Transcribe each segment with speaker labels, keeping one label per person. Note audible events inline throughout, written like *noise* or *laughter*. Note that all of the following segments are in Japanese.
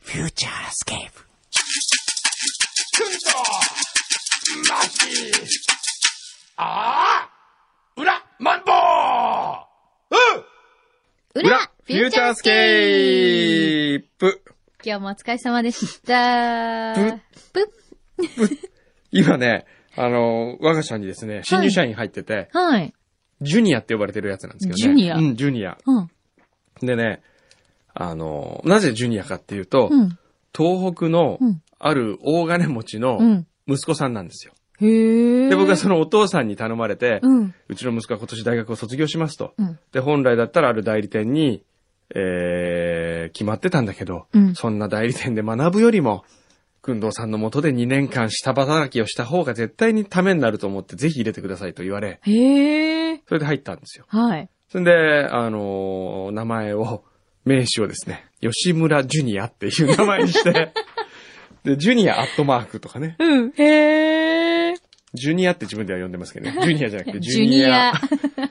Speaker 1: フューチャースケープ。
Speaker 2: 裏、マンボー
Speaker 3: 裏フューチャースケープ
Speaker 4: ープ。
Speaker 3: 今日もお疲れ様でした。
Speaker 4: ぶ
Speaker 3: ぷっ
Speaker 4: 今ね、あの、我が社にですね、新入社員入ってて、
Speaker 3: はい。
Speaker 4: ジュニアって呼ばれてるやつなんですけどね。
Speaker 3: ジュニア
Speaker 4: うん、ジュニア。
Speaker 3: うん。
Speaker 4: でね、あの、なぜジュニアかっていうと、
Speaker 3: うん。
Speaker 4: 東北の
Speaker 3: うん
Speaker 4: ある大金持ちの
Speaker 3: うん。
Speaker 4: 息子さんなんですよ。
Speaker 3: へえ。
Speaker 4: で、僕はそのお父さんに頼まれて、
Speaker 3: うん。
Speaker 4: うちの息子は今年大学を卒業しますと。
Speaker 3: うん。
Speaker 4: で、本来だったらある代理店に、えー、決まってたんだけど、
Speaker 3: うん
Speaker 4: そんな代理店で学ぶよりも、くんどうさんのもとで2年間下働きをした方が絶対にためになると思って、ぜひ入れてくださいと言われ、
Speaker 3: へえ。
Speaker 4: それで入ったんですよ。
Speaker 3: はい。
Speaker 4: そんで、あのー名前を、名詞をですね、吉村ジュニアっていう名前に
Speaker 3: *laughs*
Speaker 4: して、で、ジュニアアットマークとかね、
Speaker 3: うん。へえ。
Speaker 4: ジュニアって自分では呼んでますけど
Speaker 3: *laughs*
Speaker 4: ね、ジュニアじゃなくて、
Speaker 3: ジュニア。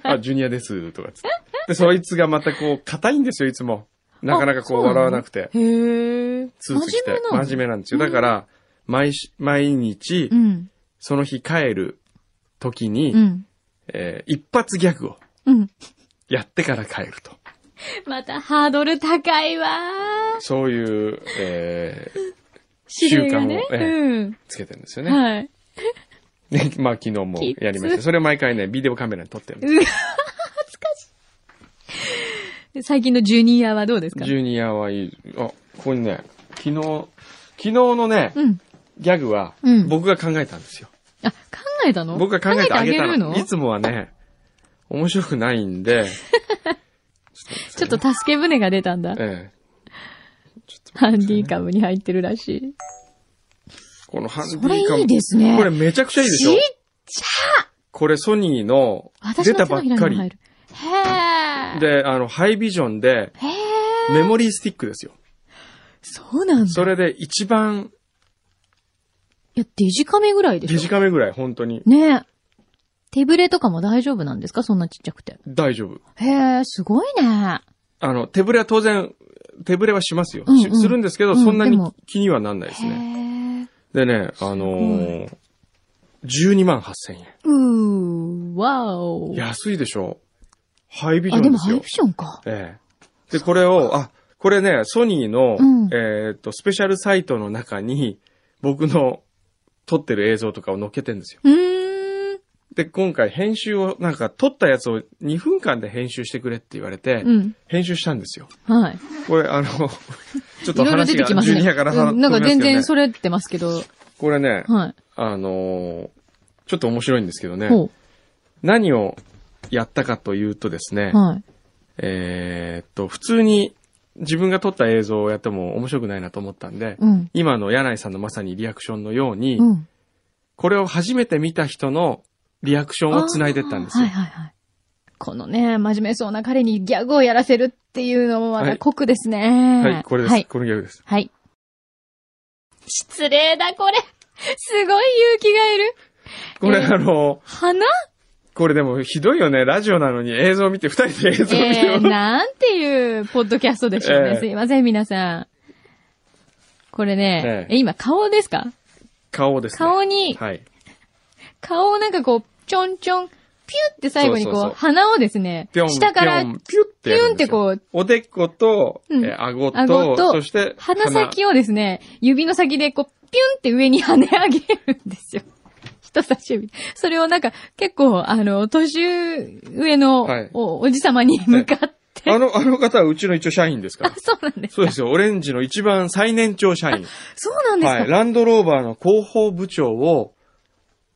Speaker 4: あ、ジュニアです、とかつって。で、そいつがまたこう、硬いんですよ、いつも。なかなかこ
Speaker 3: あ
Speaker 4: う、
Speaker 3: そうなの
Speaker 4: 笑わなくて。
Speaker 3: へえ。
Speaker 4: スーツ着て。
Speaker 3: なの
Speaker 4: 真面目なんですよ。だから、毎し、毎日
Speaker 3: う、ん。
Speaker 4: その日帰る時に、
Speaker 3: うん。
Speaker 4: えー一発ギャグを
Speaker 3: うん。
Speaker 4: やってから帰ると。
Speaker 3: またハードル高いわー。
Speaker 4: そういう、えー
Speaker 3: 指令がね。
Speaker 4: 習慣をええ
Speaker 3: うん。
Speaker 4: つけてるんですよね。
Speaker 3: はい。
Speaker 4: ね、まあ昨日もやりまし
Speaker 3: きつ
Speaker 4: た。それを毎回ね、ビデオカメラに撮ってるんで
Speaker 3: 最近のジュニアはどうです
Speaker 4: す。
Speaker 3: か
Speaker 4: ジュニアはいい。あ、ここにね、昨日、昨日のね、
Speaker 3: うん。
Speaker 4: ギャグは
Speaker 3: うん、
Speaker 4: 僕が考えたんですよ。
Speaker 3: あ、考えたの
Speaker 4: 僕が考えてあげた
Speaker 3: 考え
Speaker 4: の。
Speaker 3: る
Speaker 4: い
Speaker 3: の
Speaker 4: つもはね、面白くないん
Speaker 3: *laughs*
Speaker 4: で、
Speaker 3: ちょっと助け舟が出たんだ。
Speaker 4: ええ、
Speaker 3: ハンディカムに入ってるらしい。
Speaker 4: このハンディ
Speaker 3: これ
Speaker 4: カム
Speaker 3: いいですね。
Speaker 4: これめちゃくちゃいいでしょ
Speaker 3: ちっ
Speaker 4: これソニーの
Speaker 3: 私
Speaker 4: 出
Speaker 3: の
Speaker 4: た
Speaker 3: 手
Speaker 4: ば
Speaker 3: の
Speaker 4: っ
Speaker 3: ひらに
Speaker 4: か
Speaker 3: も
Speaker 4: り
Speaker 3: 入。る。へー。
Speaker 4: で、あの、ハイビジョンで
Speaker 3: へー。
Speaker 4: メモリースティックですよ。
Speaker 3: そうなんだ。
Speaker 4: それで一番
Speaker 3: いや、デジカメぐらいでしょ。
Speaker 4: 短めぐらい、本当に。
Speaker 3: ねえ。手ぶれとかも大丈夫なんですかそんなちっちゃくて。
Speaker 4: 大丈夫。
Speaker 3: へー、すごいね。
Speaker 4: あの、手ぶれは当然、手ぶれはしますよ。
Speaker 3: うんうん
Speaker 4: しするんですけど、
Speaker 3: うん
Speaker 4: そんな
Speaker 3: で
Speaker 4: に
Speaker 3: も
Speaker 4: 気にはなんないです
Speaker 3: へ
Speaker 4: ね。
Speaker 3: ー。
Speaker 4: でね、あのー、12万8000円。
Speaker 3: うー、わお。
Speaker 4: 安いでしょ。ハイビジョ
Speaker 3: あ、
Speaker 4: ン
Speaker 3: で
Speaker 4: で
Speaker 3: も
Speaker 4: す
Speaker 3: ハイ
Speaker 4: よ
Speaker 3: ビ。ジョンか。
Speaker 4: ええ。で、これを、あ、これね、ソニーの、
Speaker 3: うん
Speaker 4: えーっと、スペシャルサイトの中に、僕の撮ってる映像とかを載っけてるんですよ。
Speaker 3: うーん。
Speaker 4: で、今回編集を、なんか撮ったやつを2分間で編集してくれって言われて、
Speaker 3: うん。
Speaker 4: 編集したんですよ。
Speaker 3: はい。
Speaker 4: これ、あの、 *laughs* ちょっ
Speaker 3: い
Speaker 4: と
Speaker 3: ろいろ出
Speaker 4: 話
Speaker 3: て
Speaker 4: が、
Speaker 3: きます
Speaker 4: ジ
Speaker 3: ね。
Speaker 4: ュニアから話、
Speaker 3: うんなんか全然そ
Speaker 4: れ。
Speaker 3: れってますけど。
Speaker 4: これね、
Speaker 3: は
Speaker 4: あのーちょっと面白いんですけど
Speaker 3: い。
Speaker 4: ね、
Speaker 3: ほ
Speaker 4: 何をやったかというとですね
Speaker 3: う。、はい。
Speaker 4: えーっと、普通に自分が撮った映像をやっても面白くないなと思ったんで、
Speaker 3: うん。
Speaker 4: 今の柳井さんのまさにリアクションのように、
Speaker 3: うん。
Speaker 4: これを初めて見た人のリアクションを繋いでったんですよ。
Speaker 3: はいはいはい。このね、真面目そうな彼にギャグをやらせるっていうのもま
Speaker 4: は
Speaker 3: た
Speaker 4: い
Speaker 3: 酷ですね。
Speaker 4: はい、これです。
Speaker 3: はい。
Speaker 4: このギャグです。
Speaker 3: はい。失礼だ、これ。すごい勇気がいる。
Speaker 4: これ、
Speaker 3: えー
Speaker 4: あの、
Speaker 3: 花
Speaker 4: これでもひどいよね。ラジオなのに映像見て、二人で映像見て
Speaker 3: え
Speaker 4: よ
Speaker 3: ー、なんていうポッドキャストでしょうね。
Speaker 4: ええ
Speaker 3: すいません、皆さん。これね、
Speaker 4: ええ
Speaker 3: え今顔ですか
Speaker 4: 顔ですね。
Speaker 3: 顔に、
Speaker 4: はい。
Speaker 3: 顔をなんかこう、ちょんちょん、ピュって最後にこう、
Speaker 4: そうそうそう
Speaker 3: 鼻をですね、
Speaker 4: ぴょん
Speaker 3: 下から
Speaker 4: ぴょん
Speaker 3: ピュッ
Speaker 4: てやるん
Speaker 3: っ
Speaker 4: です
Speaker 3: て
Speaker 4: よ
Speaker 3: こう、
Speaker 4: おでこと、
Speaker 3: うん
Speaker 4: えー顎と、
Speaker 3: 顎と
Speaker 4: そして
Speaker 3: 鼻先をですね、指の先でこう、ピュンって上に跳ね上げるんですよ。 *laughs* 人差し指。それをなんか、結構、あの、年上の
Speaker 4: はい
Speaker 3: お,、おじさまに向かって、
Speaker 4: あの、あの方はうちの一応社員ですか
Speaker 3: あ。
Speaker 4: ら
Speaker 3: そうなんです
Speaker 4: そうですよ。オレンジの一番最年長社員。
Speaker 3: そうなんですか、
Speaker 4: はい。ランドローバーの広報部長を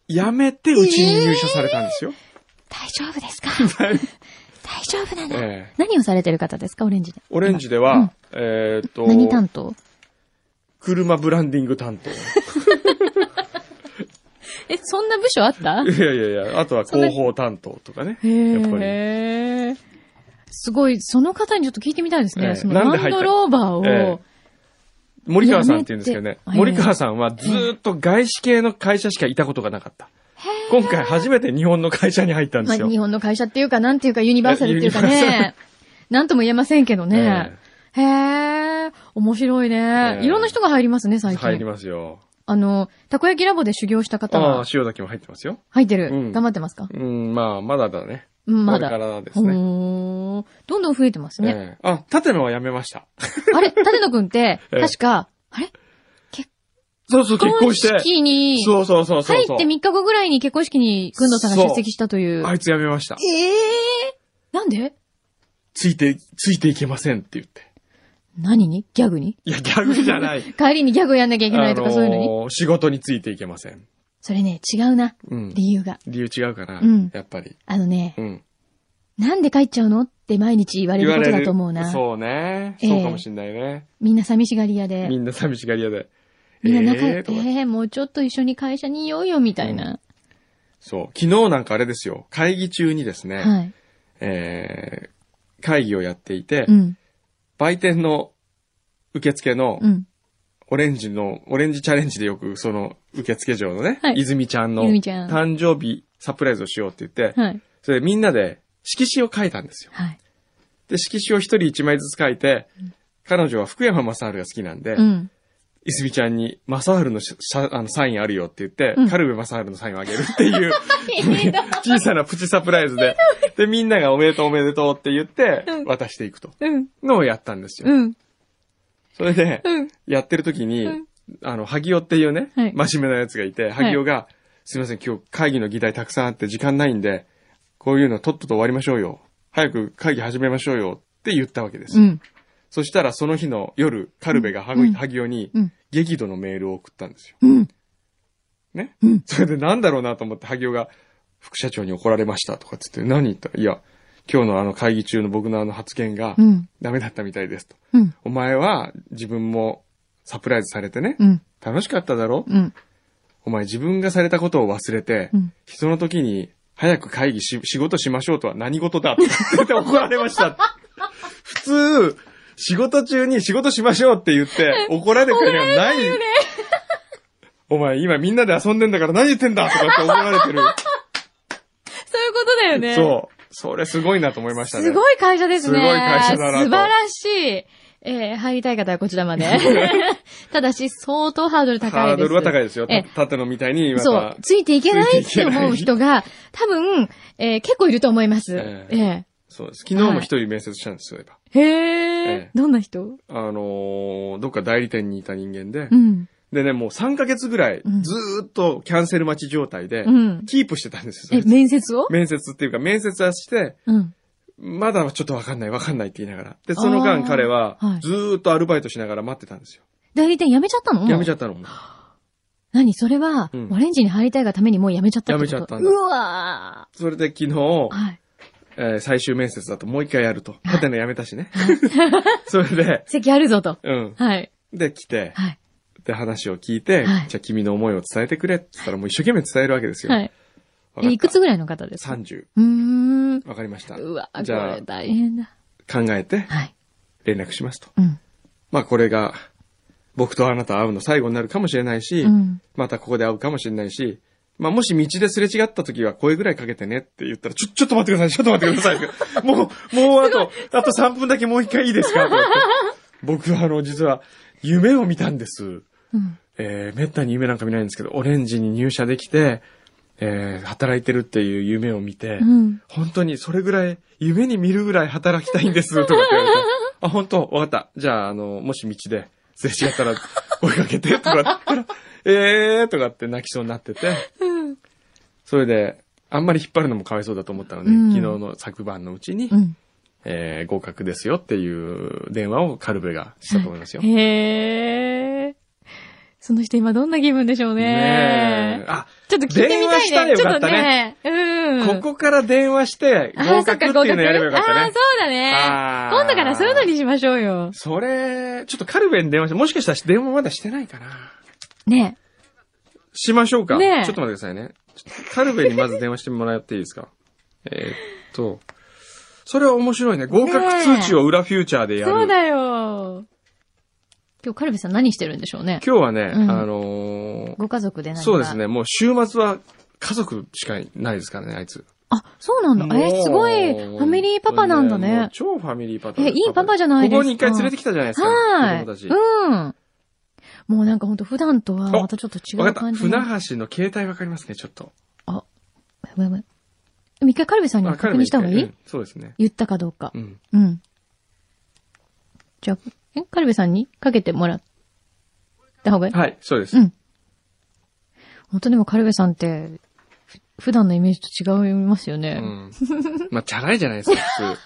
Speaker 4: 辞めてうちに入社されたんですよ。
Speaker 3: 大丈夫で
Speaker 4: *laughs*
Speaker 3: すか大丈夫なの、
Speaker 4: ええ
Speaker 3: 何をされてる方ですかオレンジで。
Speaker 4: オレンジでは、えーっと、
Speaker 3: 何担当
Speaker 4: 車ブランディング担
Speaker 3: *laughs*
Speaker 4: 当。
Speaker 3: え、そんな部署あった
Speaker 4: いやいやいや、あとは広報担当とかね。やっぱり。
Speaker 3: へー。すごい、その方にちょっと聞いてみたいですね。
Speaker 4: ええ
Speaker 3: その
Speaker 4: なん
Speaker 3: ラ
Speaker 4: で入
Speaker 3: ン
Speaker 4: った
Speaker 3: ドローバーを、
Speaker 4: え森川さんって言うんですけどね。
Speaker 3: やめて
Speaker 4: 森川さんはずーっと外資系の会社しかいたことがなかった。今回初めて日本の会社に入ったんで
Speaker 3: ます
Speaker 4: よ
Speaker 3: あ、。日本の会社っていうか、なんていうか、ユニバーサルっていうか
Speaker 4: えユニバーサ
Speaker 3: ね。なんとも言えませんけどね。へー。面白いね
Speaker 4: ね。え
Speaker 3: いろんな人が入りますね、最
Speaker 4: 入り
Speaker 3: 近。
Speaker 4: ますよ。
Speaker 3: あの、たこ焼きラボで修行した方
Speaker 4: ああ
Speaker 3: は
Speaker 4: ー、、塩崎も入ってますよ。
Speaker 3: 入ってる、
Speaker 4: うん
Speaker 3: 頑張ってますか
Speaker 4: うん、まあ、まだだね。
Speaker 3: うんまだ。
Speaker 4: これ
Speaker 3: ほ
Speaker 4: からですね。
Speaker 3: ーどんどん増えてますね。
Speaker 4: ええあ、縦のはやめました。
Speaker 3: あれ、立野くんって、
Speaker 4: ええ
Speaker 3: 確か、あれ
Speaker 4: そうそう、結婚して。
Speaker 3: 式に、
Speaker 4: そうそうそうそう。
Speaker 3: 入って3日後ぐらいに結婚式に、くんどさんが出席したという。
Speaker 4: あいつやめました。
Speaker 3: ええなんで
Speaker 4: ついて、ついていけませんって言って。
Speaker 3: 何にギャグに
Speaker 4: いや、ギャグじゃない。
Speaker 3: 帰りにギャグやんなきゃいけないとかそういうのに、
Speaker 4: ー仕事についていけません。
Speaker 3: それね、違うな。
Speaker 4: うん。
Speaker 3: 理由が。
Speaker 4: 理由違うかな、
Speaker 3: うん
Speaker 4: やっぱり。
Speaker 3: あのね、
Speaker 4: うん。
Speaker 3: なんで帰っちゃうのって毎日言われることだと思うな。
Speaker 4: そうね。
Speaker 3: ええ
Speaker 4: そうかもしんないね。
Speaker 3: みんな寂しがり屋で
Speaker 4: み。んな寂しがり屋で。
Speaker 3: みんな仲良く、
Speaker 4: え
Speaker 3: え
Speaker 4: ーとか
Speaker 3: ーもうちょっと一緒に会社にいようよ、みたいな。
Speaker 4: そう。昨日なんかあれですよ。会議中にですね、
Speaker 3: はい。
Speaker 4: えー、会議をやっていて、
Speaker 3: うん。
Speaker 4: 売店の受付の
Speaker 3: うん。
Speaker 4: オレンジの、オレンジチャレンジでよくその受付嬢のね、
Speaker 3: はい
Speaker 4: 泉ちゃんの
Speaker 3: 泉ちゃん
Speaker 4: 誕生日サプライズをしようって言って、
Speaker 3: はい。
Speaker 4: それでみんなで色紙を書いたんですよ。
Speaker 3: はい。
Speaker 4: で、色紙を一人一枚ずつ書いて、彼女は福山雅治が好きなんで、
Speaker 3: うん。
Speaker 4: 泉ちゃんに、雅治のしゃあのサインあるよって言って、
Speaker 3: うん
Speaker 4: カルベ雅治のサインをあげるって
Speaker 3: *laughs*
Speaker 4: いう、小さなプチサプライズで、で、みんながおめでとうおめでとうって言って
Speaker 3: うん、
Speaker 4: 渡していくと。
Speaker 3: うん。
Speaker 4: のをやったんですよ。
Speaker 3: うん。
Speaker 4: それで、
Speaker 3: うん。
Speaker 4: やってる時に、
Speaker 3: うん
Speaker 4: あの、萩尾っていうね、
Speaker 3: はい
Speaker 4: 真面目なやつがいて、
Speaker 3: い
Speaker 4: 萩尾が、すいません、今日会議の議題たくさんあって時間ないんで、こういうのとっとと終わりましょうよ。早く会議始めましょうよって言ったわけです。
Speaker 3: うん。
Speaker 4: そしたらその日の夜、カルベが萩,、
Speaker 3: うん
Speaker 4: 萩尾に
Speaker 3: うん、
Speaker 4: 激怒のメールを送ったんですよ。
Speaker 3: うん。
Speaker 4: ね。
Speaker 3: うん
Speaker 4: それでなんだろうなと思って、萩尾が、副社長に怒られましたとかつって、何言ったいや、今日のあの会議中の僕のあの発言が
Speaker 3: う、ん。
Speaker 4: ダメだったみたいですと。
Speaker 3: うん。
Speaker 4: お前は自分もサプライズされてね、
Speaker 3: うん。
Speaker 4: 楽しかっただろ
Speaker 3: うん。
Speaker 4: お前自分がされたことを忘れて、
Speaker 3: うん
Speaker 4: 人の時に早く会議し、仕事しましょうとは何事だって言って怒られま
Speaker 3: *laughs*
Speaker 4: した。普通、仕事中に仕事しましょうって言
Speaker 3: *laughs*
Speaker 4: って怒られてるのはない。お前今みんなで遊んでんだから何言ってんだとかって怒られてる。
Speaker 3: そういうことだよ *laughs* ね。
Speaker 4: そう。それすごいなと思いましたね。
Speaker 3: すごい会社ですね。
Speaker 4: すごい会社だなと
Speaker 3: 素晴らしい。えー入りたい方はこちらまで。 *laughs* ただし、相当ハードル高いです。
Speaker 4: ハードルは高いですよ。
Speaker 3: ええ
Speaker 4: 縦のみたいにまた。
Speaker 3: そう、ついていけないって思う人が、多分、えー結構いると思います。
Speaker 4: え
Speaker 3: え
Speaker 4: え
Speaker 3: え
Speaker 4: そうです。昨日も一人面接したんですよ、やっ
Speaker 3: へえ、
Speaker 4: ええ
Speaker 3: どんな人
Speaker 4: ぱあのーどっか代理店にいた人間で、
Speaker 3: うん。
Speaker 4: でね、もう3ヶ月ぐらい、
Speaker 3: うん
Speaker 4: ずーっとキャンセル待ち状態で
Speaker 3: う、ん。
Speaker 4: キープしてたんですよ
Speaker 3: え、
Speaker 4: それ。
Speaker 3: 面接を
Speaker 4: 面接っていうか、面接はして、
Speaker 3: うん。
Speaker 4: まだちょっとわかんないわかんないって言いながら。で、その間
Speaker 3: あー
Speaker 4: 彼は
Speaker 3: はい、
Speaker 4: ずーっとアルバイトしながら待ってたんですよ。
Speaker 3: 代理店辞めちゃったの
Speaker 4: 辞めちゃ
Speaker 3: っ
Speaker 4: ったの。
Speaker 3: た。何それは、
Speaker 4: うん
Speaker 3: オレンジに入りたいがためにもう辞めちゃったってこと
Speaker 4: 辞めちゃったん
Speaker 3: う
Speaker 4: だ
Speaker 3: わ
Speaker 4: それで昨日、
Speaker 3: ーはい。
Speaker 4: えー最終面接だともう一回やると。縦の辞めたしね。 *laughs* それで、
Speaker 3: 席あるぞと。
Speaker 4: うん。
Speaker 3: はい。
Speaker 4: で、来て、
Speaker 3: はい。
Speaker 4: で、話を聞いて、
Speaker 3: はい
Speaker 4: じゃあ君の思いを伝えてくれって言ったらもう一生懸命伝えるわけですよ。
Speaker 3: はい。
Speaker 4: わかった
Speaker 3: えいくつぐらいの方ですか
Speaker 4: ?30。
Speaker 3: うーん。
Speaker 4: わかりました。
Speaker 3: うわ
Speaker 4: じ
Speaker 3: ー
Speaker 4: ゃ
Speaker 3: これ大変だ。
Speaker 4: あ、考えて
Speaker 3: はい。
Speaker 4: 連絡しますと。
Speaker 3: うん。
Speaker 4: まあ、これが、僕とあなた会うの最後になるかもしれないし、
Speaker 3: うん。
Speaker 4: またここで会うかもしれないし、まあ、もし道ですれ違った時は声ぐらいかけてねって言ったら、ちょ、ちょっと待ってください、ちょっと待ってください。もう、もうあと、あと3分だけもう一回いいですかと言って僕はあの、実は、夢を見たんです。
Speaker 3: うん。
Speaker 4: えー、めったに夢なんか見ないんですけど、オレンジに入社できて、えー、働いてるっていう夢を見て、
Speaker 3: うん。
Speaker 4: 本当にそれぐらい、夢に見るぐらい働きたいんです、とかって言わ
Speaker 3: *laughs*
Speaker 4: れて。あ、本当わかった。じゃあ、あの、もし道ですれ違ったら、追いかけて、とか
Speaker 3: *laughs*
Speaker 4: って言ったら、えーとかって泣きそうになってて。それで、あんまり引っ張るのもかわいそうだと思ったので、
Speaker 3: うん
Speaker 4: 昨日の昨晩のうちに、
Speaker 3: うん。
Speaker 4: えー合格ですよっていう電話をカルベがしたと思いますよ。
Speaker 3: へえ。その人今どんな気分でしょう
Speaker 4: ね
Speaker 3: ね
Speaker 4: え。。あ、
Speaker 3: ちょっと聞いてみ
Speaker 4: 電
Speaker 3: た
Speaker 4: 話
Speaker 3: いね。
Speaker 4: したらよ
Speaker 3: ちょ
Speaker 4: か
Speaker 3: っ
Speaker 4: った
Speaker 3: と
Speaker 4: ね
Speaker 3: ね。うん。
Speaker 4: ここから電話して、
Speaker 3: あー、
Speaker 4: 合格っていうのやればよかった
Speaker 3: ああー、
Speaker 4: ね
Speaker 3: そう。だね。
Speaker 4: あー
Speaker 3: 今度からそういうのにしましょうよ。
Speaker 4: それ、ちょっとカルベに電話して、もしかしたら電話まだしてないかな。
Speaker 3: ね
Speaker 4: しましょうか。
Speaker 3: ねえ
Speaker 4: ちょっと待ってくださいね。ちょっとカルベにまず電話してもらっていいですか。
Speaker 3: *laughs*
Speaker 4: えーっと、それは面白いね。合格通知を裏フューチャーで
Speaker 3: え。
Speaker 4: やる。
Speaker 3: そうだよ。今日、カルビさん何してるんでしょうね。
Speaker 4: 今日はね、
Speaker 3: うん
Speaker 4: あのー
Speaker 3: ご家族で何か。
Speaker 4: そうです。ね、もう週末は家族しかいないですからね、あいつ。
Speaker 3: あ、そうなんだ。え
Speaker 4: もう
Speaker 3: ー、すごい、ファミリーパパなんだ
Speaker 4: もう
Speaker 3: ね。
Speaker 4: 超ファミリーパパ。
Speaker 3: えいいパパじゃないですか
Speaker 4: ここに一回連れてきたじゃないですか。
Speaker 3: は
Speaker 4: 子供た
Speaker 3: い。
Speaker 4: ち。
Speaker 3: うん。もうなんかほんと普段とはまたちょっと違
Speaker 4: わ
Speaker 3: う
Speaker 4: かっ
Speaker 3: 感
Speaker 4: た。
Speaker 3: じ。
Speaker 4: 船橋の携帯わかりますね、ちょっと。
Speaker 3: やばいやばいでも一回カルビさんに
Speaker 4: あ
Speaker 3: も確認した方がいい、
Speaker 4: 彼も一回うんそうですね。
Speaker 3: 言ったかどうか
Speaker 4: う。ん。
Speaker 3: うん。じゃあ、え、カルビさんにかけてもらった方がいい、
Speaker 4: はい、そうです
Speaker 3: う。ん。本当でもカルビさんって、ふ普段のイメージと違いますよ
Speaker 4: う
Speaker 3: ね。 *laughs*
Speaker 4: ん。まあ、チャラいじゃないですか、普通。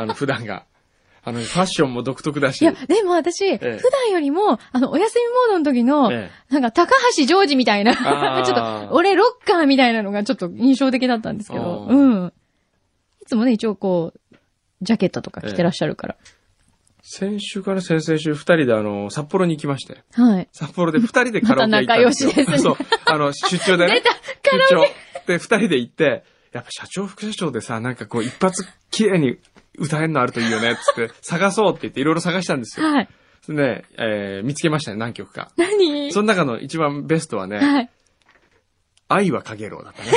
Speaker 4: あの、普段が。あの、ファッションも独特だ
Speaker 3: い
Speaker 4: し。
Speaker 3: や、でも私、普段よりも、あの、お休みモードの時の、
Speaker 4: ええ
Speaker 3: なんか、高橋ジョージみたいな、
Speaker 4: あー
Speaker 3: *laughs* ちょっと、俺ロッカーみたいなのがちょっと印象的だったんですけど、
Speaker 4: あー
Speaker 3: うん。いつもね、一応こう、ジャケットとか着てらっしゃるから。
Speaker 4: 先週から先々週、二人であの、札幌に行きまして。
Speaker 3: はい。
Speaker 4: 札幌で二人でカラオケ行ったんですよ。
Speaker 3: また仲良しですね
Speaker 4: そう。あの、出張でね。
Speaker 3: *laughs* 出たカラ
Speaker 4: 出張。で、二人で行って、やっぱ社長副社長でさ、なんかこう一発綺麗に歌えるのあるといいよね、つ
Speaker 3: *laughs*
Speaker 4: って、探そうって言っていろいろ探したんですよ。
Speaker 3: はい。
Speaker 4: でね、えー、見つけましたね、何曲か。
Speaker 3: 何
Speaker 4: その中の一番ベストはね、
Speaker 3: はい。
Speaker 4: 愛は影ろうだったね。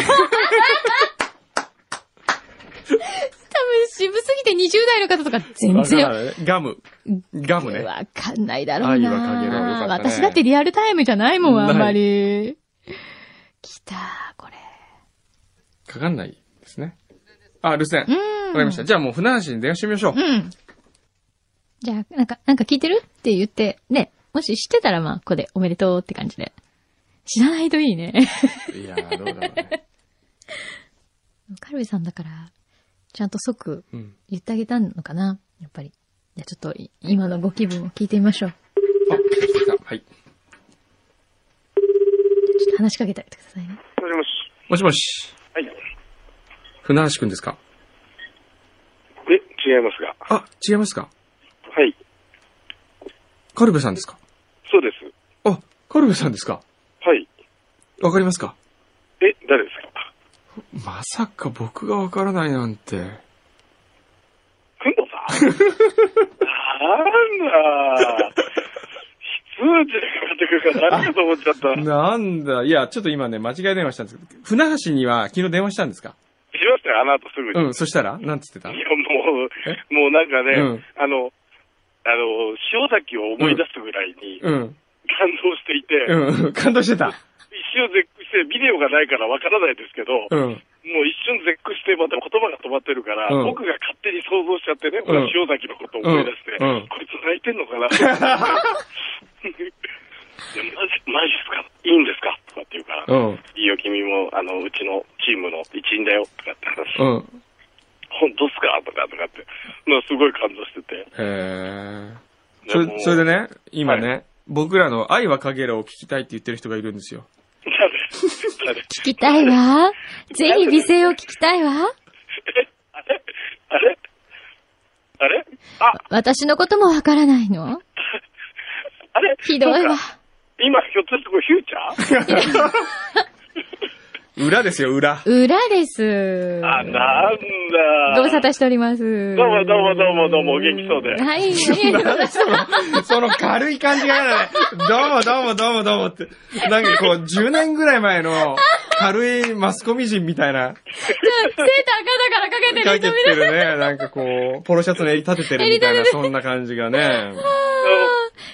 Speaker 3: 多分渋すぎて20代の方とか全
Speaker 4: わから
Speaker 3: 然
Speaker 4: ないねガム。ガムね。
Speaker 3: わかんないだろう
Speaker 4: 愛
Speaker 3: な。
Speaker 4: は限られよかったね
Speaker 3: 私だってリアルタイムじゃないもん、
Speaker 4: ない
Speaker 3: あんまり。来たこれ。
Speaker 4: かかんないですね。あ、留守電。
Speaker 3: うん。
Speaker 4: わかりました。じゃあもう船橋に電話してみましょう。
Speaker 3: うん。じゃあ、なんか、なんか聞いてるって言って、ね、もし知ってたらまあ、ここでおめでとうって感じで。知らないといいね。 *laughs*
Speaker 4: いやー、どうだろうね。
Speaker 3: カルビさんだから、ちゃんと即
Speaker 4: うん。
Speaker 3: 言ってあげたのかなやっぱり。じゃあちょっとい、今のご気分を聞いてみましょう。
Speaker 4: あ、来た。はい。
Speaker 3: ちょっと話しかけてあげてくださいね。
Speaker 1: もしもし。
Speaker 4: もしもし。
Speaker 1: はい。
Speaker 4: 船橋くんですか
Speaker 1: え、違いますが。
Speaker 4: あ、違いますか
Speaker 1: はい。
Speaker 4: カルベさんですか
Speaker 1: そうです。
Speaker 4: あ、カルベさんですか
Speaker 1: はい。
Speaker 4: わかりますか
Speaker 1: え、誰ですか
Speaker 4: まさか僕がわからないなんて。
Speaker 1: くんどさんなんだ。非通知でかかってくるから誰かと思っちゃ *laughs* った。し
Speaker 4: な
Speaker 1: ま
Speaker 4: んだ、いや、ちょっと今ね、間違い電話したんですけど、船橋には昨日電話したんですか
Speaker 1: したよ、あの後すぐに。
Speaker 4: うん、そしたらなんつってた
Speaker 1: いや、もう、もうなんかね、
Speaker 4: うん
Speaker 1: あの、あの、塩崎を思い出すぐらいに
Speaker 4: うん、
Speaker 1: 感動していて、
Speaker 4: うん、感動してた。
Speaker 1: 一瞬絶句して、ビデオがないからわからないですけど、
Speaker 4: うん、
Speaker 1: もう一瞬絶句して、また言葉が止まってるから、
Speaker 4: うん
Speaker 1: 僕が勝手に想像しちゃってね、ほら
Speaker 4: うん
Speaker 1: 塩崎のことを思い出して、
Speaker 4: うんうん
Speaker 1: こいつ泣いてんのかないや
Speaker 4: *laughs*
Speaker 1: マジ、マジっすかいいんですかとかって言うから、
Speaker 4: うん、
Speaker 1: いいよ、君も、あの、うちのチームの一員だよ、とかって話、
Speaker 4: うん。
Speaker 1: 本当っすかとか、とかって、まあ、すごい感動してて。
Speaker 4: えー、
Speaker 1: で
Speaker 4: そ
Speaker 1: も
Speaker 4: れ、
Speaker 1: う
Speaker 4: それでね、今ね、僕らの愛は影らを聞きたいって言ってる人がいるんですよ。
Speaker 1: 誰誰
Speaker 3: 聞きたいわ。ぜひ美声を聞きたいわ。
Speaker 1: あれあれあれあ、
Speaker 3: 私のこともわからないの
Speaker 1: あれ
Speaker 3: ひどい
Speaker 1: な
Speaker 3: わ
Speaker 1: ん。か今、ひょっとしてこれフューチャ
Speaker 4: *laughs*
Speaker 1: ー
Speaker 4: 裏ですよ、裏。 *laughs*
Speaker 3: 裏です。
Speaker 1: あ、なんだ。
Speaker 3: ご無沙汰しております。
Speaker 1: どうもどうもどうもどうもお元気そうで
Speaker 3: はい、あ
Speaker 1: *laughs*
Speaker 3: りがとうございます。
Speaker 4: その軽い感じがやだね。どうもどうもどうもどうもって。なんかこう、10年ぐらい前の軽いマスコミ人みたいな、
Speaker 3: セーター赤だからかけて
Speaker 4: か
Speaker 3: る
Speaker 4: けて
Speaker 3: 人見る。
Speaker 4: るね。なんかこう、ポロシャツの襟立ててるみたいな、そんな感じが *laughs* ね。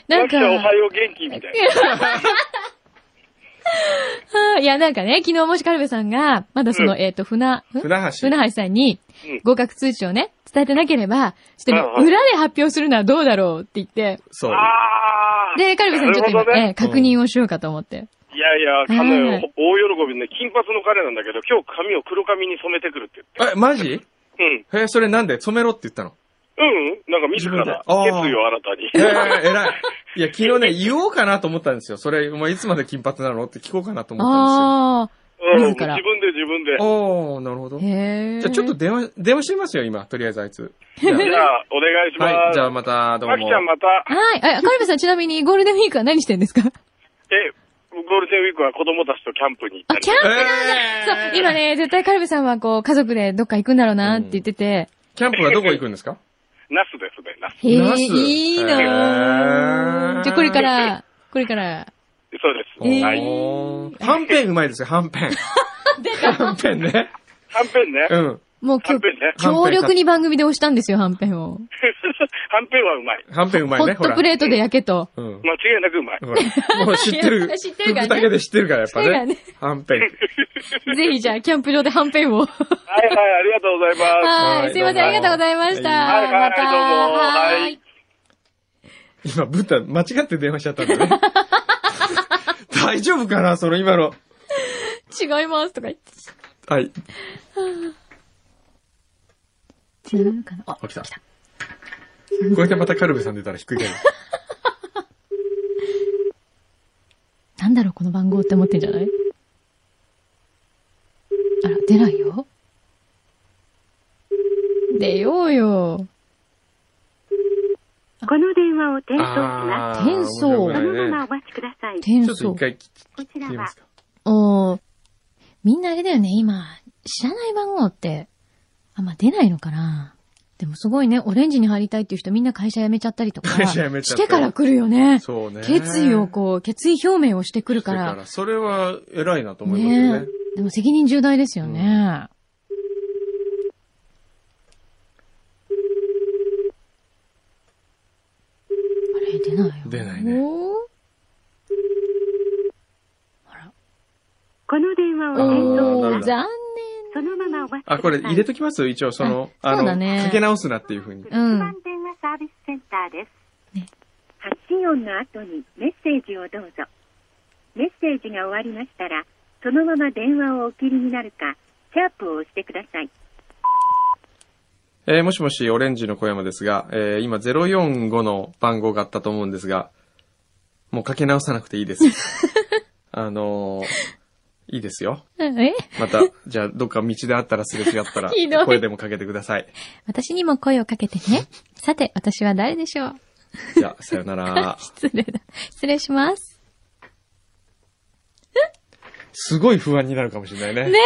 Speaker 3: なんか
Speaker 1: マキ、さおはよう元気みたいな。
Speaker 3: *laughs* うんいや、なんかね、昨日もしカルベさんが、まだその、
Speaker 1: うん
Speaker 3: えっと、船、ん
Speaker 4: 船橋。
Speaker 3: 船橋さんに
Speaker 1: うん、
Speaker 3: 合格通知をね、伝えてなければ、ちょっと
Speaker 1: うんうん
Speaker 3: もう裏で発表するのはどうだろうって言って、
Speaker 4: そう。
Speaker 1: ああ
Speaker 3: で、カルベさんにちょっと
Speaker 1: な
Speaker 3: 今、
Speaker 1: るほど
Speaker 3: え
Speaker 1: ね。
Speaker 3: え確認をしようかと思って。
Speaker 1: いやいや、彼
Speaker 3: は
Speaker 1: 女
Speaker 3: い
Speaker 1: 大喜びでね、金髪の彼なんだけど、今日髪を黒髪に染めてくるって言って。
Speaker 4: え、マジ
Speaker 1: うん。
Speaker 4: え、それなんで染めろって言ったの
Speaker 1: うんうん。なんか自ら、
Speaker 4: 自分であー
Speaker 1: 決意を新たに。
Speaker 4: えー、偉い。いや、昨日ね、言おうかなと思ったんですよ。それ、お前いつまで金髪なのって聞こうかなと思ったん
Speaker 3: あ
Speaker 1: うん。自
Speaker 3: 自ら
Speaker 1: 分で自分で
Speaker 4: です。よ。おー、なるほど。
Speaker 3: あ、
Speaker 4: じ
Speaker 3: へえ。
Speaker 4: ゃあちょっと電話、電話してみますよ、今。とりあえずあいつ。じゃ
Speaker 1: じゃあ、お願いし
Speaker 4: あは
Speaker 1: ま
Speaker 4: い、
Speaker 1: す。
Speaker 4: じゃあまた、どうも。
Speaker 1: マキちゃんまた、
Speaker 3: はい。あ、カルベさんちなみにゴールデンウィークは何してんですか
Speaker 1: え、ゴールデンウィークは子供たちとキャンプに行った
Speaker 3: あ、
Speaker 1: り
Speaker 3: キャンプ
Speaker 4: え
Speaker 3: そ
Speaker 4: ー
Speaker 3: う、今ね、絶対カルベさんはこう、家族でどっか行くんだろうなって言ってて、
Speaker 4: キャンプはどこ行くんですか
Speaker 1: ナスですね、ナス。
Speaker 3: へ
Speaker 4: ナ
Speaker 3: え、
Speaker 4: ス
Speaker 3: いいな
Speaker 4: へ
Speaker 3: あ
Speaker 4: え
Speaker 3: じゃあこれから、これから、
Speaker 1: そうです。
Speaker 3: えー
Speaker 1: はい。
Speaker 4: おーはんぺんうまいですよ、はんぺん。出た。はんぺんね。
Speaker 1: はんぺんね。 *laughs*
Speaker 4: うん。
Speaker 3: もう
Speaker 1: は
Speaker 3: 今
Speaker 1: んぺんね。
Speaker 3: 日、強力に番組で押したんですよ、はんぺんを。
Speaker 1: はんぺんはうまい。
Speaker 4: はんぺんうまい
Speaker 3: ホ
Speaker 4: ね、
Speaker 3: ッ
Speaker 4: ほら。
Speaker 3: トプレートで焼けと。
Speaker 4: うん。
Speaker 1: 間違いなくうまい。
Speaker 4: ほら。もう知ってる。
Speaker 3: *laughs* 知ってるからね
Speaker 4: 服だけで知ってるから、やっぱ
Speaker 3: だから
Speaker 4: ね
Speaker 3: ね。
Speaker 4: はんぺん。
Speaker 3: ぜひじゃあ、キャンプ場ではんぺんを。
Speaker 1: はいはい、ありがとうございます。
Speaker 4: はい
Speaker 3: はい。すいません、ありがとうございました。
Speaker 1: はいはい
Speaker 3: また。
Speaker 1: どうもはい
Speaker 3: はい。
Speaker 4: 今、ブッダ、間違って電話しちゃったんだ
Speaker 3: *laughs*
Speaker 4: ね。大丈夫かなその今の。
Speaker 3: 違いますとか言って。
Speaker 4: はい。
Speaker 3: 違うかなあ、
Speaker 4: あ、来た。これでまたカルベさん出たら低いけど。
Speaker 3: なんだろう、この番号って思ってんじゃないあら、出ないよ。出ようよ。
Speaker 5: この電話を転送します。
Speaker 4: ー
Speaker 3: 転
Speaker 4: 面
Speaker 3: 送
Speaker 5: その
Speaker 4: 白
Speaker 5: ま
Speaker 4: い
Speaker 5: ま
Speaker 4: ね
Speaker 5: お待ちください。
Speaker 3: 転
Speaker 4: ちょっと
Speaker 3: 送
Speaker 4: 一。回切
Speaker 5: こちら
Speaker 4: ってみま
Speaker 5: は
Speaker 4: す、か。
Speaker 3: おーみんなあれだよね、今。知らない番号って、あんま出ないのかな。でもすごいね、オレンジに入りたいっていう人みんな会社辞めちゃったりとか。
Speaker 4: 会社辞めちゃ
Speaker 3: し
Speaker 4: った
Speaker 3: てから来るよね。
Speaker 4: そうね。
Speaker 3: 決意をこう、決意表明をしてくるか。
Speaker 4: だからら、それは偉いなと思いますよ
Speaker 3: ね
Speaker 4: ね。
Speaker 3: えでも責任重大ですよね。あれ、出ないよ。
Speaker 4: 出ないね
Speaker 3: おー
Speaker 5: この電話
Speaker 4: あ
Speaker 5: を転送、
Speaker 4: ー
Speaker 3: お
Speaker 4: ダメ
Speaker 3: ー
Speaker 4: だ
Speaker 3: 残
Speaker 5: そのままお待ちください。
Speaker 4: あ、これ入れときます一応、その、
Speaker 3: あ
Speaker 4: あ
Speaker 3: そう
Speaker 4: の、
Speaker 3: だね
Speaker 4: かけ直すなっていうふうに。
Speaker 3: 念。うん
Speaker 5: 番。電話サービスセンターです。
Speaker 3: ね
Speaker 5: 発信音の後にメッセージをどうぞ。メッセージが終わりましたら、そのまま電話をお切りになるか、シャープを押してください。
Speaker 4: えーもしもし、オレンジの小山ですが、えー今045の番号があったと思うんですが、もうかけ直さなくていい
Speaker 3: *laughs*
Speaker 4: です。あのーいいですよ。
Speaker 3: え
Speaker 4: また、じゃあ、どっか道であったらすれ違ったら
Speaker 3: *laughs* ひどい、
Speaker 4: 声でもかけてください。
Speaker 3: 私にも声をかけてね。さて、私は誰でしょう。
Speaker 4: じゃあ、さよなら
Speaker 3: 失礼だ。失礼します。
Speaker 4: すごい不安になるかもしれないね。ね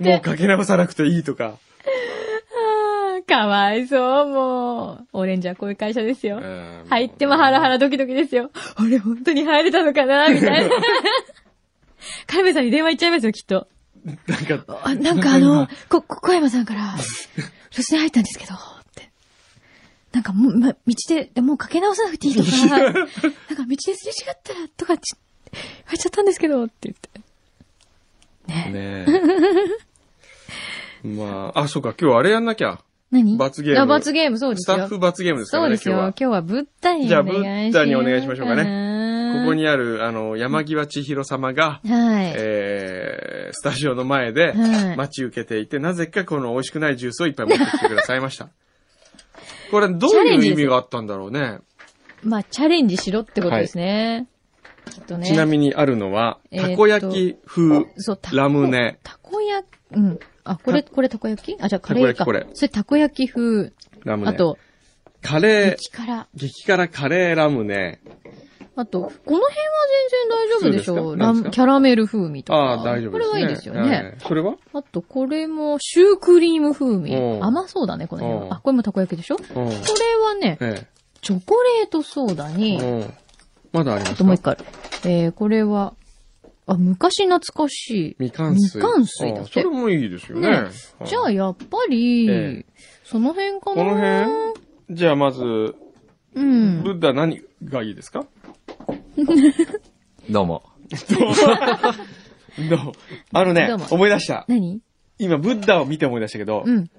Speaker 4: えもうかけ直さなくていいとか。
Speaker 3: あーかわいそう、もう。オレンジはこういう会社ですよ。
Speaker 4: うん
Speaker 3: 入ってもハラハラドキドキですよ。あれ、本当に入れたのかなみたい *laughs* な。カルメさんに電話いっちゃいますよ、きっと。
Speaker 4: なんか、
Speaker 3: あなんかあの、こ、こ小山さんから、留守電入ったんですけど、って。なんかもう、ま、道で、でもうかけ直さなくていいとか、なんか道ですれ違ったら、とか、ち、入っちゃったんですけど、って言って。ね。
Speaker 4: ねえ。まあ、あ、そうか、今日あれやんなきゃ。
Speaker 3: 何
Speaker 4: 罰ゲーム
Speaker 3: あ罰ゲーム、そうです
Speaker 4: ス
Speaker 3: よ。
Speaker 4: タッフ罰ゲームですか
Speaker 3: そ
Speaker 4: ら
Speaker 3: う
Speaker 4: ね、今
Speaker 3: で
Speaker 4: 日
Speaker 3: すよ。
Speaker 4: は
Speaker 3: 今。日はブッダにお願いし
Speaker 4: じゃあブッダにお願いしましょうかね
Speaker 3: ね
Speaker 4: ここ。にある、あの、山際千尋様が、
Speaker 3: はい。
Speaker 4: えー、スタジオの前で
Speaker 3: はい
Speaker 4: 待ち受けていて、なぜかこの美味しくないジュースをいっぱい持ってきてくださいました。これ、どう
Speaker 3: チャレ
Speaker 4: い
Speaker 3: ン
Speaker 4: う
Speaker 3: ジ
Speaker 4: 意
Speaker 3: です
Speaker 4: 味があったんだろうね。
Speaker 3: まあ、チャレンジしろってことですね。きっとね。
Speaker 4: ちなみにあるのは、
Speaker 3: えーったと
Speaker 4: こ焼き風
Speaker 3: そう、たこ
Speaker 4: ラムネ。
Speaker 3: たこ焼き、うん。あ、これ、これたこ焼きあ、じゃあカレー
Speaker 4: た
Speaker 3: か。
Speaker 4: こ焼きこれ
Speaker 3: それたこ焼き風。
Speaker 4: ラムネ。
Speaker 3: あと、
Speaker 4: カレー、
Speaker 3: 激辛。
Speaker 4: 激辛カレーラムネ。
Speaker 3: あと、この辺は全然大丈夫でしょ
Speaker 4: 普通ですか
Speaker 3: う。
Speaker 4: な
Speaker 3: ラ
Speaker 4: んですか
Speaker 3: ム、キャラメル風味とか。
Speaker 4: ああ、大丈夫ですね。
Speaker 3: これはいいですよね。
Speaker 4: えー。それは
Speaker 3: あと、これも、シュークリーム風味
Speaker 4: う。ん
Speaker 3: 甘そうだね、この辺
Speaker 4: うん
Speaker 3: は。あ、これもたこ焼きでしょこ
Speaker 4: うん。え
Speaker 3: れはね、
Speaker 4: え。
Speaker 3: チョコレートソーダに、
Speaker 4: うん。まだあります
Speaker 3: あともう一回ある。えー、これは、あ、昔懐かしい。
Speaker 4: みかん水。
Speaker 3: みかん水だ
Speaker 4: あ
Speaker 3: っ
Speaker 4: そ
Speaker 3: て
Speaker 4: れ。もいいですよね。
Speaker 3: ね
Speaker 4: はい
Speaker 3: じゃあ、やっぱり、
Speaker 4: ええ
Speaker 3: その辺かな
Speaker 4: この辺じゃあまず、ブ
Speaker 3: うん。
Speaker 4: ッダ何がいいですか
Speaker 2: *laughs* どうも。
Speaker 4: ど
Speaker 3: *laughs*
Speaker 4: うあのね
Speaker 3: どうも、
Speaker 4: 思い出した。
Speaker 3: 何
Speaker 4: 今、ブッダを見て思い出したけど
Speaker 3: う、ん。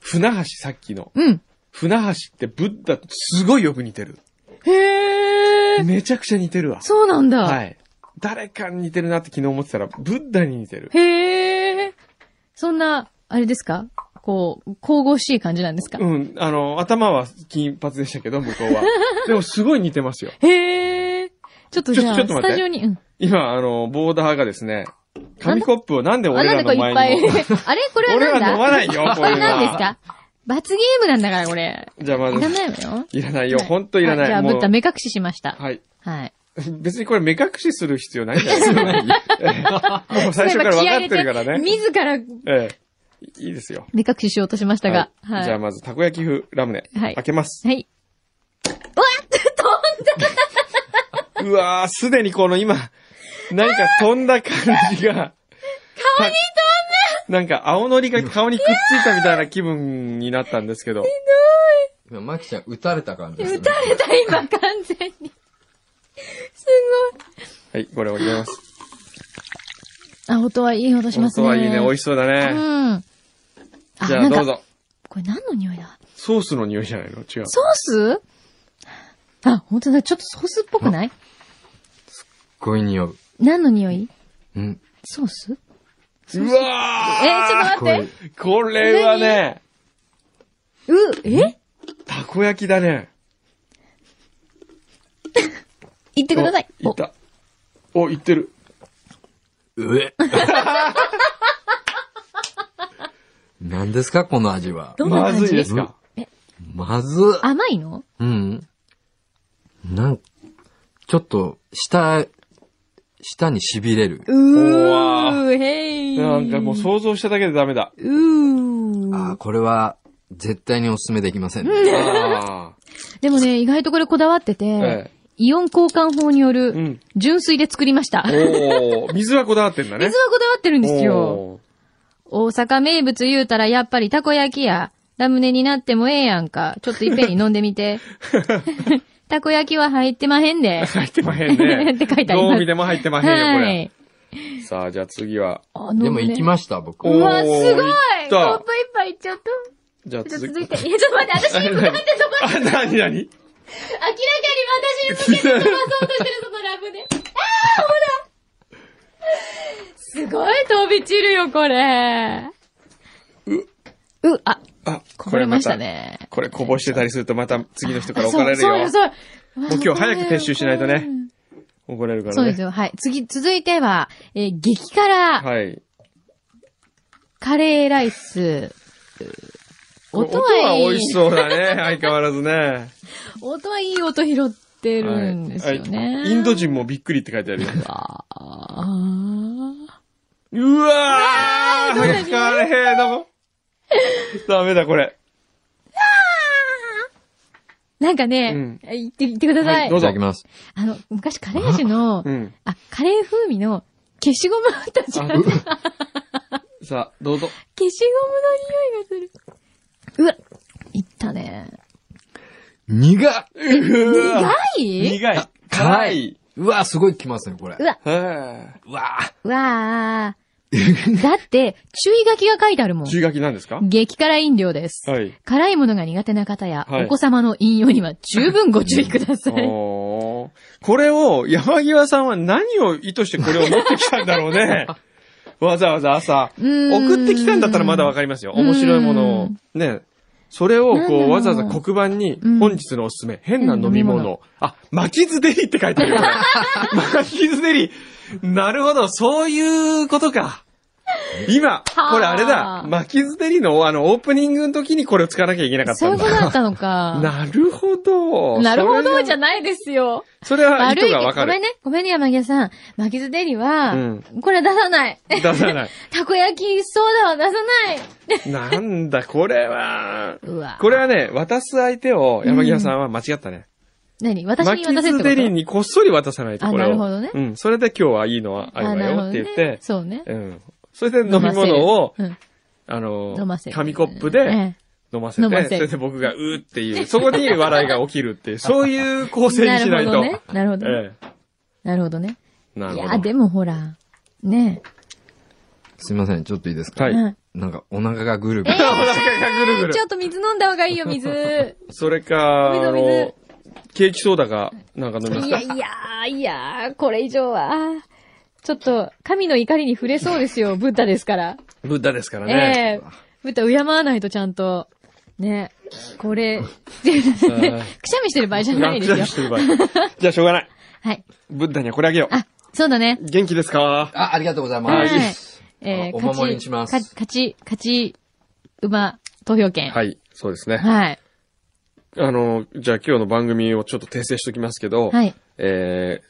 Speaker 4: 船橋さっきの。
Speaker 3: うん。
Speaker 4: 船橋ってブッダとすごいよく似てる。
Speaker 3: へえ。ー。
Speaker 4: めちゃくちゃ似てるわ。
Speaker 3: そうなんだ。
Speaker 4: はい。誰かに似てるなって昨日思ってたら、ブッダに似てる。
Speaker 3: へえ。ー。そんな、あれですかこう、神々しい感じなんですか、
Speaker 4: うん、あの、頭は金髪でしたけど、向こう
Speaker 3: *laughs*
Speaker 4: は。でもすごい似てますよ。
Speaker 3: へえ。ー。ちょっとじゃあ、
Speaker 4: ちょちょっと
Speaker 3: ス
Speaker 4: 待って
Speaker 3: タジオに、うん。
Speaker 4: 今、あの、ボーダーがですね、紙コップをなんで
Speaker 3: あ、
Speaker 4: 俺
Speaker 3: な
Speaker 4: ら
Speaker 3: んだこ
Speaker 4: の
Speaker 3: れいっぱ
Speaker 4: 前
Speaker 3: い
Speaker 4: にも。。 *laughs*
Speaker 3: あれこれは
Speaker 4: 俺
Speaker 3: なんだ
Speaker 4: ら飲まないよ、こ
Speaker 3: こ
Speaker 4: うい
Speaker 3: れ
Speaker 4: うのは。
Speaker 3: 何ですか罰ゲームなんだから、これ。
Speaker 4: じゃあま
Speaker 3: いらな
Speaker 4: ず、
Speaker 3: いわよ。
Speaker 4: いらないよ、ほんといらない。
Speaker 3: はじゃあ、
Speaker 4: もう
Speaker 3: ぶった目隠ししました。
Speaker 4: はい。
Speaker 3: はい。
Speaker 4: 別にこれ目隠しする必要ないんだよ。
Speaker 3: *laughs*
Speaker 4: もう最初から分かってるからね。
Speaker 3: 自ら
Speaker 4: ええ。いいですよ。
Speaker 3: 目隠ししようとしましたが。
Speaker 4: は
Speaker 3: はいい。
Speaker 4: じゃあまず、たこ焼き風ラムネ。
Speaker 3: はい
Speaker 4: 開けます。
Speaker 3: はい。
Speaker 4: うわー、すでにこの今、何か飛んだ感じが。かわいい飛んだなんか青のりが顔にくっついたみたいな気分になったんですけど。
Speaker 6: 今、マキちゃん、撃たれた感じです、ね。
Speaker 3: 撃たれた、今、完全に。す
Speaker 4: はい、これお願いします。
Speaker 3: ごい。あ、音はいい音しますね。
Speaker 4: 本当はいいね。美味
Speaker 3: し
Speaker 4: しそうだ
Speaker 3: い
Speaker 4: ね。
Speaker 3: うん。あ、
Speaker 4: じゃ
Speaker 3: な
Speaker 4: あ
Speaker 3: ん
Speaker 4: ど
Speaker 3: か
Speaker 4: う、ぞ。
Speaker 3: これ何の匂いだ
Speaker 4: ソースの匂いじゃないの違う。
Speaker 3: ソースあ、本当だ。ちょっとソースっぽくない
Speaker 6: 恋に酔う。
Speaker 3: 何の匂い
Speaker 6: うん。
Speaker 3: ソース
Speaker 4: う
Speaker 3: えー、ちょ
Speaker 4: わ
Speaker 3: っと待って。
Speaker 4: ーこれはね、
Speaker 3: う、え
Speaker 4: たこ焼きだね。
Speaker 3: 言ってください。
Speaker 4: おいった。お、いってる。
Speaker 6: うえ。 *laughs* 何ですか、この味は。
Speaker 3: どんな
Speaker 4: ま
Speaker 3: 感
Speaker 4: ず
Speaker 3: じ
Speaker 4: いですか。
Speaker 6: まずっ。
Speaker 3: 甘いの
Speaker 6: うん。なん、ちょっと、舌、舌に痺れる。
Speaker 3: う
Speaker 4: わ
Speaker 3: ー、へい。
Speaker 4: なんかもう想像しただけでダメだ。
Speaker 3: う
Speaker 6: ああ、
Speaker 3: ー。
Speaker 6: これは、絶対にお勧めできませんね。
Speaker 4: あ
Speaker 3: でもね、意外とこれこだわってて、
Speaker 4: ええ
Speaker 3: イオン交換法によ
Speaker 4: ーう
Speaker 3: る、
Speaker 4: ん。
Speaker 3: 純水で作りました。水は
Speaker 4: おー、水はこだわってんだね。
Speaker 3: こだわってるんです
Speaker 4: お
Speaker 3: よ。
Speaker 4: ー
Speaker 3: 大阪名物言うたらやっぱりたこ焼きや。ラムネになってもええやんか。ちょっといっぺんに飲んで
Speaker 4: *laughs*
Speaker 3: みて。たこ焼きは入ってまへんで。
Speaker 4: 入ってまへんね。
Speaker 3: *laughs* って書いてあり
Speaker 4: ど
Speaker 3: ます
Speaker 4: う見ても入ってまへんよ、こ
Speaker 3: は
Speaker 4: れ。
Speaker 3: い。
Speaker 4: さあ、じゃあ次は。
Speaker 3: あ
Speaker 6: でも行
Speaker 3: す。
Speaker 6: きました、僕。
Speaker 4: お
Speaker 3: うわ、すごい
Speaker 4: おーいった
Speaker 3: コップ一杯いっちゃった。
Speaker 4: じゃあ
Speaker 3: じゃあ
Speaker 4: 続
Speaker 3: 続い
Speaker 4: き。 *laughs*
Speaker 3: て。いや、ちょっと待って、私に向かってそこ、
Speaker 4: あ、なになに
Speaker 3: 明らかに私に向けて飛ばそうとしてる、そのラブで。あー、ほらすごい飛び散るよ、これ。う、う、あ、
Speaker 4: あ、
Speaker 3: こぼれました。ね。
Speaker 4: これこぼしてたりするとまた次の人から
Speaker 3: あ
Speaker 4: 怒られるよ。
Speaker 3: そうそうよ、そうよ。
Speaker 4: もう今日早く撤収しないとね怒られるからね。
Speaker 3: そうですよ。はい。次、続いては、えー激辛、
Speaker 4: はい。
Speaker 3: カレーライス。うー音はいい。
Speaker 4: 美味しそうだね。相変わらずね。
Speaker 3: 音はいい音拾ってるんですよね。
Speaker 4: はいインド人もびっくりって書いてあるよ。
Speaker 3: あー
Speaker 4: うわー
Speaker 3: うわーどれ
Speaker 4: カレーだもん。ダメだ、これ。
Speaker 3: なんかね、
Speaker 4: うん
Speaker 3: 言って、言ってください。
Speaker 4: はいどう
Speaker 6: い
Speaker 4: ぞ
Speaker 6: ただきます。
Speaker 3: あの、昔カレー酒の、
Speaker 4: うん。
Speaker 3: あ、カレー風味の消しゴムあったじゃん。
Speaker 4: あ
Speaker 3: 消しゴムの
Speaker 4: さあ、どうぞ。
Speaker 3: 匂いがする。うわ、いったね。
Speaker 6: 苦っ
Speaker 4: うわ
Speaker 3: 苦
Speaker 4: ー
Speaker 3: い
Speaker 4: 苦い。辛い。。
Speaker 6: うわ、すごい来ますね、これ。
Speaker 3: うわ、
Speaker 4: は
Speaker 6: うわあ
Speaker 3: うわ
Speaker 4: *laughs*
Speaker 3: ー。だって、注意書きが書いてあるも
Speaker 4: い。
Speaker 3: ん。
Speaker 4: 注意書きなんですか
Speaker 3: 激辛飲料です。
Speaker 4: はい。
Speaker 3: 辛いものが苦手な方や、
Speaker 4: はい
Speaker 3: お子様の飲用には十分ご注意ください。
Speaker 4: おーこれを、山際さんは何を意図してこれを持ってきたんだろう *laughs* ね。わざわざ朝。
Speaker 3: うーん
Speaker 4: 送ってきたんだったらまだわかりますよ。
Speaker 3: うん
Speaker 4: 面白いものを。ね。それを、
Speaker 3: なんだろ
Speaker 4: こ
Speaker 3: う
Speaker 4: う、わざわざ黒板に
Speaker 3: うん、
Speaker 4: 本日のおすすめ、変な飲み
Speaker 3: うん飲み
Speaker 4: 物
Speaker 3: 物。
Speaker 4: あ、巻きずデリって書いてあ
Speaker 3: *laughs*
Speaker 4: るよ、これ巻きずデリ。なるほど、そういうことか。今、
Speaker 3: はあ
Speaker 4: これあれだ。巻きずデリの、あの、オープニングの時にこれを使わなきゃいけなかった
Speaker 3: そうい
Speaker 4: ん
Speaker 3: うことだっ
Speaker 4: だ。
Speaker 3: たの
Speaker 4: *laughs*
Speaker 3: か。
Speaker 4: なるほど。
Speaker 3: なるほ
Speaker 4: それ
Speaker 3: ど
Speaker 4: が
Speaker 3: じゃないですよ。
Speaker 4: それは意
Speaker 3: 悪
Speaker 4: 図
Speaker 3: いけ
Speaker 4: が
Speaker 3: ど、
Speaker 4: わか
Speaker 3: ごめん
Speaker 4: る。
Speaker 3: ね。ごめんね、山際さん。巻きずデリは、
Speaker 4: うん
Speaker 3: これは出さない。
Speaker 4: 出さない。
Speaker 3: たこ焼きソーダは出さな
Speaker 4: な
Speaker 3: い。
Speaker 4: んだ、これは。
Speaker 3: うわ。
Speaker 4: これはね、渡す相手を山際さんは間違ったね。
Speaker 3: 何私
Speaker 4: マ
Speaker 3: に渡
Speaker 4: キ
Speaker 3: せって
Speaker 4: ズ
Speaker 3: こと
Speaker 4: デリーにこっそり渡さないと、
Speaker 3: あ
Speaker 4: これを。
Speaker 3: なるほどね
Speaker 4: うん。それで今日はいいのはあるわよって言っ
Speaker 3: あなるほどね
Speaker 4: て、
Speaker 3: そうね。
Speaker 4: うん。それで飲み物を、
Speaker 3: 飲ませる
Speaker 4: あの
Speaker 3: うん、飲ませ、る。
Speaker 4: 紙コップ
Speaker 3: え
Speaker 4: で
Speaker 3: え
Speaker 4: 飲ませて、
Speaker 3: 飲ませる
Speaker 4: それで僕がうーっていう、そこに笑いが起きるっていう、そういう構成にしないと。
Speaker 3: なるほどね。なるほどね。
Speaker 4: え
Speaker 3: なるほどね。
Speaker 4: え。ないる
Speaker 3: や、
Speaker 4: ほど。
Speaker 3: でもほら、ね
Speaker 6: すいません、ちょっといいですか
Speaker 4: はい。
Speaker 3: うん
Speaker 6: なんか、お腹が
Speaker 3: *laughs*
Speaker 6: ぐるぐる。
Speaker 4: お腹がぐるぐ
Speaker 3: え。
Speaker 4: る
Speaker 3: ち。ょっと水飲んだ方がいいよ、水。い
Speaker 4: それか、あ
Speaker 3: 水飲み
Speaker 4: の、ケーキソーダが、なんか飲みます
Speaker 3: や、
Speaker 4: か
Speaker 3: いやー、いやー、これ以上は、ちょっと、神の怒りに触れそ
Speaker 4: *laughs*
Speaker 3: うですよ、ブッダですから。
Speaker 4: ブッダですからね。
Speaker 3: ええブッダ敬わないとちゃんと。ねこ
Speaker 4: *laughs*
Speaker 3: れ、
Speaker 4: えー
Speaker 3: くしゃみしてる場合じゃ *laughs* ないですよ
Speaker 4: がっ。つりしてる場合じゃあしょうがない。
Speaker 3: はい。
Speaker 4: ブッダにはこれあげよう。
Speaker 3: あ、そうだね。
Speaker 4: 元気ですか
Speaker 6: あ、ありがとうござい
Speaker 4: は
Speaker 6: ま
Speaker 4: い
Speaker 6: す。
Speaker 3: えー、
Speaker 6: あお
Speaker 3: 勝
Speaker 6: 守りに
Speaker 3: ち
Speaker 6: します
Speaker 3: 勝ち、勝ち、勝ち、馬、投票権。はい。
Speaker 4: はい、そうですね。
Speaker 3: はい。
Speaker 4: あの、じゃあ今日の番組をちょっと訂正しときますけど、
Speaker 3: はい。
Speaker 4: えー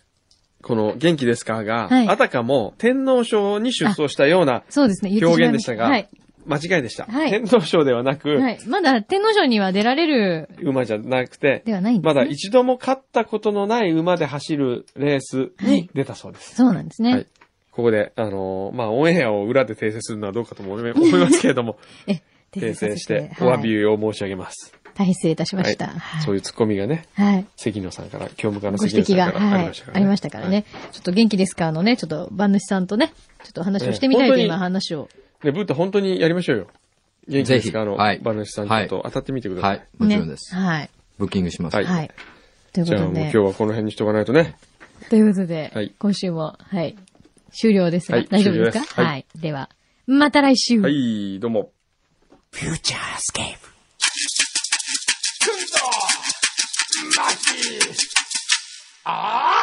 Speaker 4: この元気ですかが、
Speaker 3: はい
Speaker 4: あたかも天皇賞に出走したような
Speaker 3: そうですね。言って
Speaker 4: 表現
Speaker 3: まい
Speaker 4: で
Speaker 3: ま
Speaker 4: したが、
Speaker 3: はい。
Speaker 4: 間違いでした。
Speaker 3: はい
Speaker 4: 天皇賞ではなく、
Speaker 3: はい。まだ天皇賞には出られる
Speaker 4: 馬じゃなくて、
Speaker 3: ではないんで、
Speaker 4: ます
Speaker 3: ね。
Speaker 4: だ一度も勝ったことのない馬で走るレースに出たそうです。
Speaker 3: そうなんですね。
Speaker 4: はいここで、あのーまあ、オンエアを裏で訂正するのはどうかとも思い
Speaker 3: *laughs*
Speaker 4: 思いますけれども、
Speaker 3: え、
Speaker 4: 訂正し
Speaker 3: 訂
Speaker 4: て
Speaker 3: 正させ
Speaker 4: お詫びを申し上げます。
Speaker 3: はい大変失礼いたしました。
Speaker 4: はい。
Speaker 3: は
Speaker 4: そうい
Speaker 3: い。
Speaker 4: うツッコミがね、
Speaker 3: はい。
Speaker 4: 関野さんから、教務課の
Speaker 3: ご
Speaker 4: 関
Speaker 3: 指
Speaker 4: 野さ
Speaker 3: 摘が、
Speaker 4: んからあ
Speaker 3: は
Speaker 4: り
Speaker 3: い
Speaker 4: ましたか。らね。
Speaker 3: ありましたからね。ちょっと元気ですかあのね、ちょっと、番主さんとね、ちょっとお話をしてみたいと
Speaker 4: ええ
Speaker 3: 今話を。
Speaker 4: で、ブータ本当にやりましょうよ。元気ですかあの、
Speaker 6: はい
Speaker 4: 馬主さんちょっと当たってみてくださ。
Speaker 6: はいい。もちろんです。
Speaker 3: ねはい。
Speaker 6: ブッキングします。
Speaker 4: はい
Speaker 3: はい。という
Speaker 4: じ
Speaker 3: こ
Speaker 4: ゃあ
Speaker 3: と
Speaker 4: もう今
Speaker 3: で
Speaker 4: 日、はこの辺にしとかないとね。
Speaker 3: *laughs* ということで、
Speaker 4: はい
Speaker 3: 今週も、はい。終了ですが、
Speaker 4: はい
Speaker 3: 大丈夫です
Speaker 4: 終了
Speaker 3: か
Speaker 4: ですはい
Speaker 3: はい。では、また来週。
Speaker 4: はい、どうも。
Speaker 2: フューチャースケープ。くんどマキあー